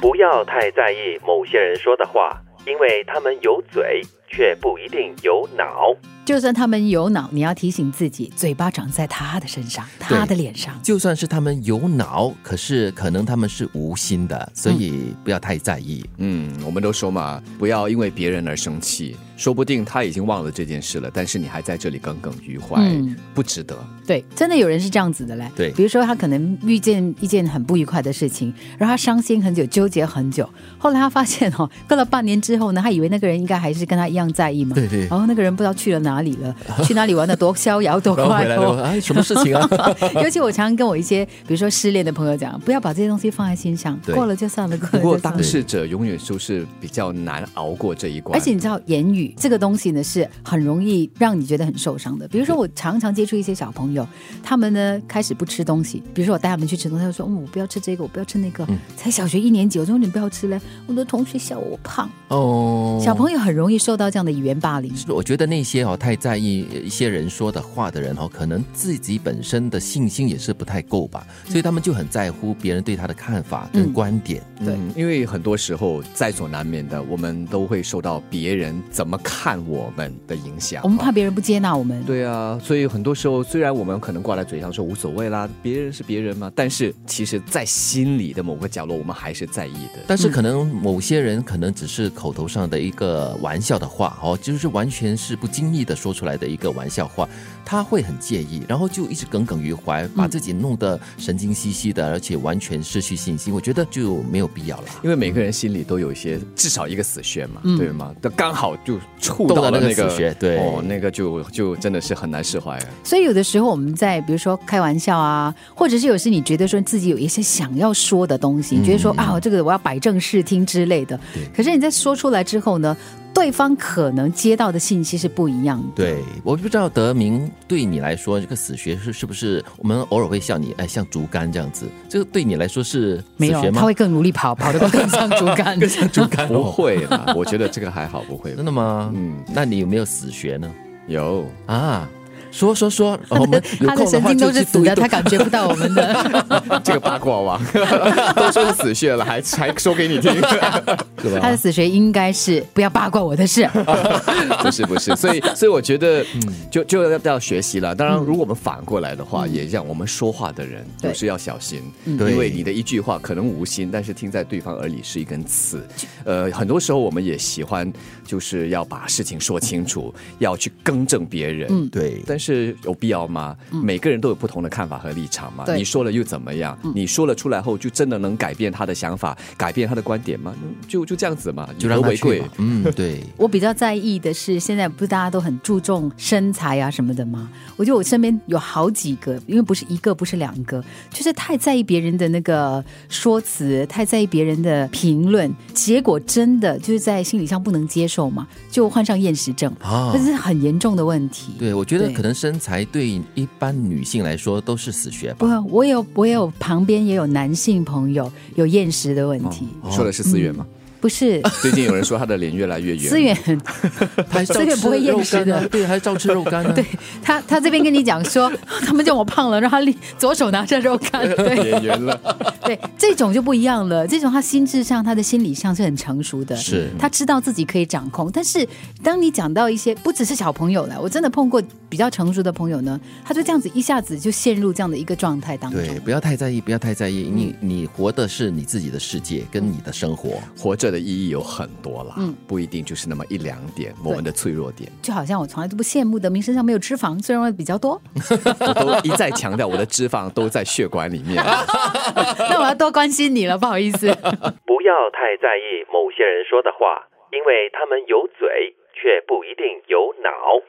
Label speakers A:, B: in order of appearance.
A: 不要太在意某些人说的话，因为他们有嘴，却不一定有脑。
B: 就算他们有脑，你要提醒自己，嘴巴长在他的身上，他的脸上。
C: 就算是他们有脑，可是可能他们是无心的，所以不要太在意。
D: 嗯，我们都说嘛，不要因为别人而生气，说不定他已经忘了这件事了，但是你还在这里耿耿于怀，
B: 嗯
D: 不值得。
B: 对，真的有人是这样子的嘞。
C: 哎对
B: 比如说他可能遇见一件很不愉快的事情，然后他伤心很久，纠结很久。后来他发现哦， 过了半年之后呢，他以为那个人应该还是跟他一样在意嘛。哦
C: 对对
B: 然后那个人不知道去了哪里 了，去哪里玩的多逍遥多
C: 然后
B: 快
C: 回来了，
B: 活。
C: 哎，什么事情啊？
B: 尤其我常常跟我一些，比如说失恋的朋友讲，不要把这些东西放在心上，
C: 对
B: 过了就算了，过
D: 不
B: 了就
D: 过
B: 算
D: 当
B: 了。
D: 事者永远都是比较难熬过这一关，
B: 而且你知道，言语这个东西呢，是很容易让你觉得很受伤的。比如说，我常常接触一些小朋友，他们呢开始不吃东西。比如说，我带他们去吃东西，他就说：“嗯，我不要吃这个，我不要吃那个。才小学一年级，我说：“你不要吃嘞！”我的同学笑我胖。
C: 哦，
B: 小朋友很容易受到这样的语言霸凌。
C: 我觉得那些哦太在意一些人说的话的人哦，可能自己本身的信心也是不太够吧，所以他们就很在乎别人对他的看法跟
B: 嗯
C: 观点。
B: 对
D: 嗯，因为很多时候在所难免的，我们都会受到别人怎么看我们的影响。
B: 我们怕别人不接纳我们。
D: 对啊，所以很多时候，虽然我们可能挂在嘴上说无所谓啦，别人是别人嘛，但是其实，在心里的某个角落，我们还是在意的。
C: 但是可能某些人可能只是口头上的一个玩笑的话哦，就是完全是不经意的说出来的一个玩笑话，他会很介意，然后就一直耿耿于怀，把自己弄得神经兮兮的，而且完全失去信心。我觉得就没有必要了。
D: 因为每个人心里都有一些至少一个死穴嘛，
B: 嗯
D: 对吗？但刚好就触
C: 动
D: 到
C: 到
D: 了
C: 那
D: 那
C: 个
D: 个
C: 死穴对
D: 哦，那个就就真的是很难释怀。啊
B: 所以有的时候我们在比如说开玩笑啊，或者是有时你觉得说自己有一些想要说的东
C: 嗯
B: 西，你觉得说啊这个我要摆正视听之类的，可是你在说出来之后呢，对方可能接到的信息是不一样的。
C: 对，我不知道德明对你来说这个死穴是是不是我们偶尔会像你哎像竹竿这样子，这个对你来说是死
B: 没有
C: 穴，吗？
B: 他会更努力跑，跑得更上竹 竿。
C: 竹竿
D: 不
C: 哦，
D: 会啦， 我觉得这个还好，不会
C: 真。的吗？
D: 嗯
C: 嗯，那你有没有死穴呢？
D: 有，
C: 啊，说说说，我们 有
B: 他的
C: 空
B: 神
C: 话
B: 经
C: 就
B: 都是
C: 去
B: 死
C: 读一
B: 的，
C: 读
B: 他。感觉不到我们 的。
D: 这个八卦王 都说是死穴了，还还说给 你听，是
B: 他的？死穴应该是不要八卦我的事。
D: 不是不是，所以所以我觉得，嗯就就要要学习了。当然，如果我们反过来的话，也让我们说话的人
B: 嗯对嗯
D: 都是要小心，
C: 对
D: 因为你的一句话可能无心，但是听在对方耳里是一根刺。呃，很多时候我们也喜欢就是要把事情说清楚，要去更正别人。
B: 嗯
C: 对，
D: 但是有必要吗？每个人都有不同的看法和立场嘛。
B: 对嗯
D: 你说了又怎么样？你说了出来后，就真的能改变他的想法，改变他的观点吗？嗯就就这样子嘛，以
C: 就让
D: 和
C: 他
D: 为
C: 去
D: 贵
C: 嘛。。嗯，对，
B: 我比较在意的是，现在不是大家都很注重身材啊什么的吗？我觉得我身边有好几个，因为不是一个，不是两个，就是太在意别人的那个说辞，太在意别人的评论，结果真的就是在心理上不能接受嘛，就患上厌食症，
C: 啊
B: 这是很严重的问题。
C: 对，我觉得
B: 对
C: 可能身材对一般女性来说都是死穴
B: 不
C: 吧。，
B: 我有我有旁边也有男性朋友有厌食的问题，
C: 哦
D: 你说的是思远吗？
B: 不是
D: 最近有人说他的脸越来越圆。
B: 思远。
C: 她还照
B: 这个不会
C: 吃
B: 厌
C: 肉
B: 食
C: 干啊
B: 的，
C: 对，还照吃肉干啊 呢。对，
B: 他他这边跟你讲说， 他们叫我胖了，让他立左手拿着肉干，对
D: 也圆了，
B: 对，这种就不一样了。这种他心智上、他的心理上是很成熟的，
C: 是
B: 他知道自己可以掌控。但是当你讲到一些不只是小朋友了，我真的碰过比较成熟的朋友呢，他就这样子一下子就陷入这样的一个状态当中。
C: 对，不要太在意，不要太在意，你你活的是你自己的世界跟你的生活。
D: 活着的意义有很多啦，
B: 嗯
D: 不一定就是那么一两点，我们的脆弱点。
B: 就好像我从来都不羡慕的，明身上没有脂肪，虽然我比较多，
D: 我都一再强调，我的脂肪都在血管里面。
B: 那我要多关心你了，不好意思。
A: 不要太在意某些人说的话，因为他们有嘴，却不一定有脑。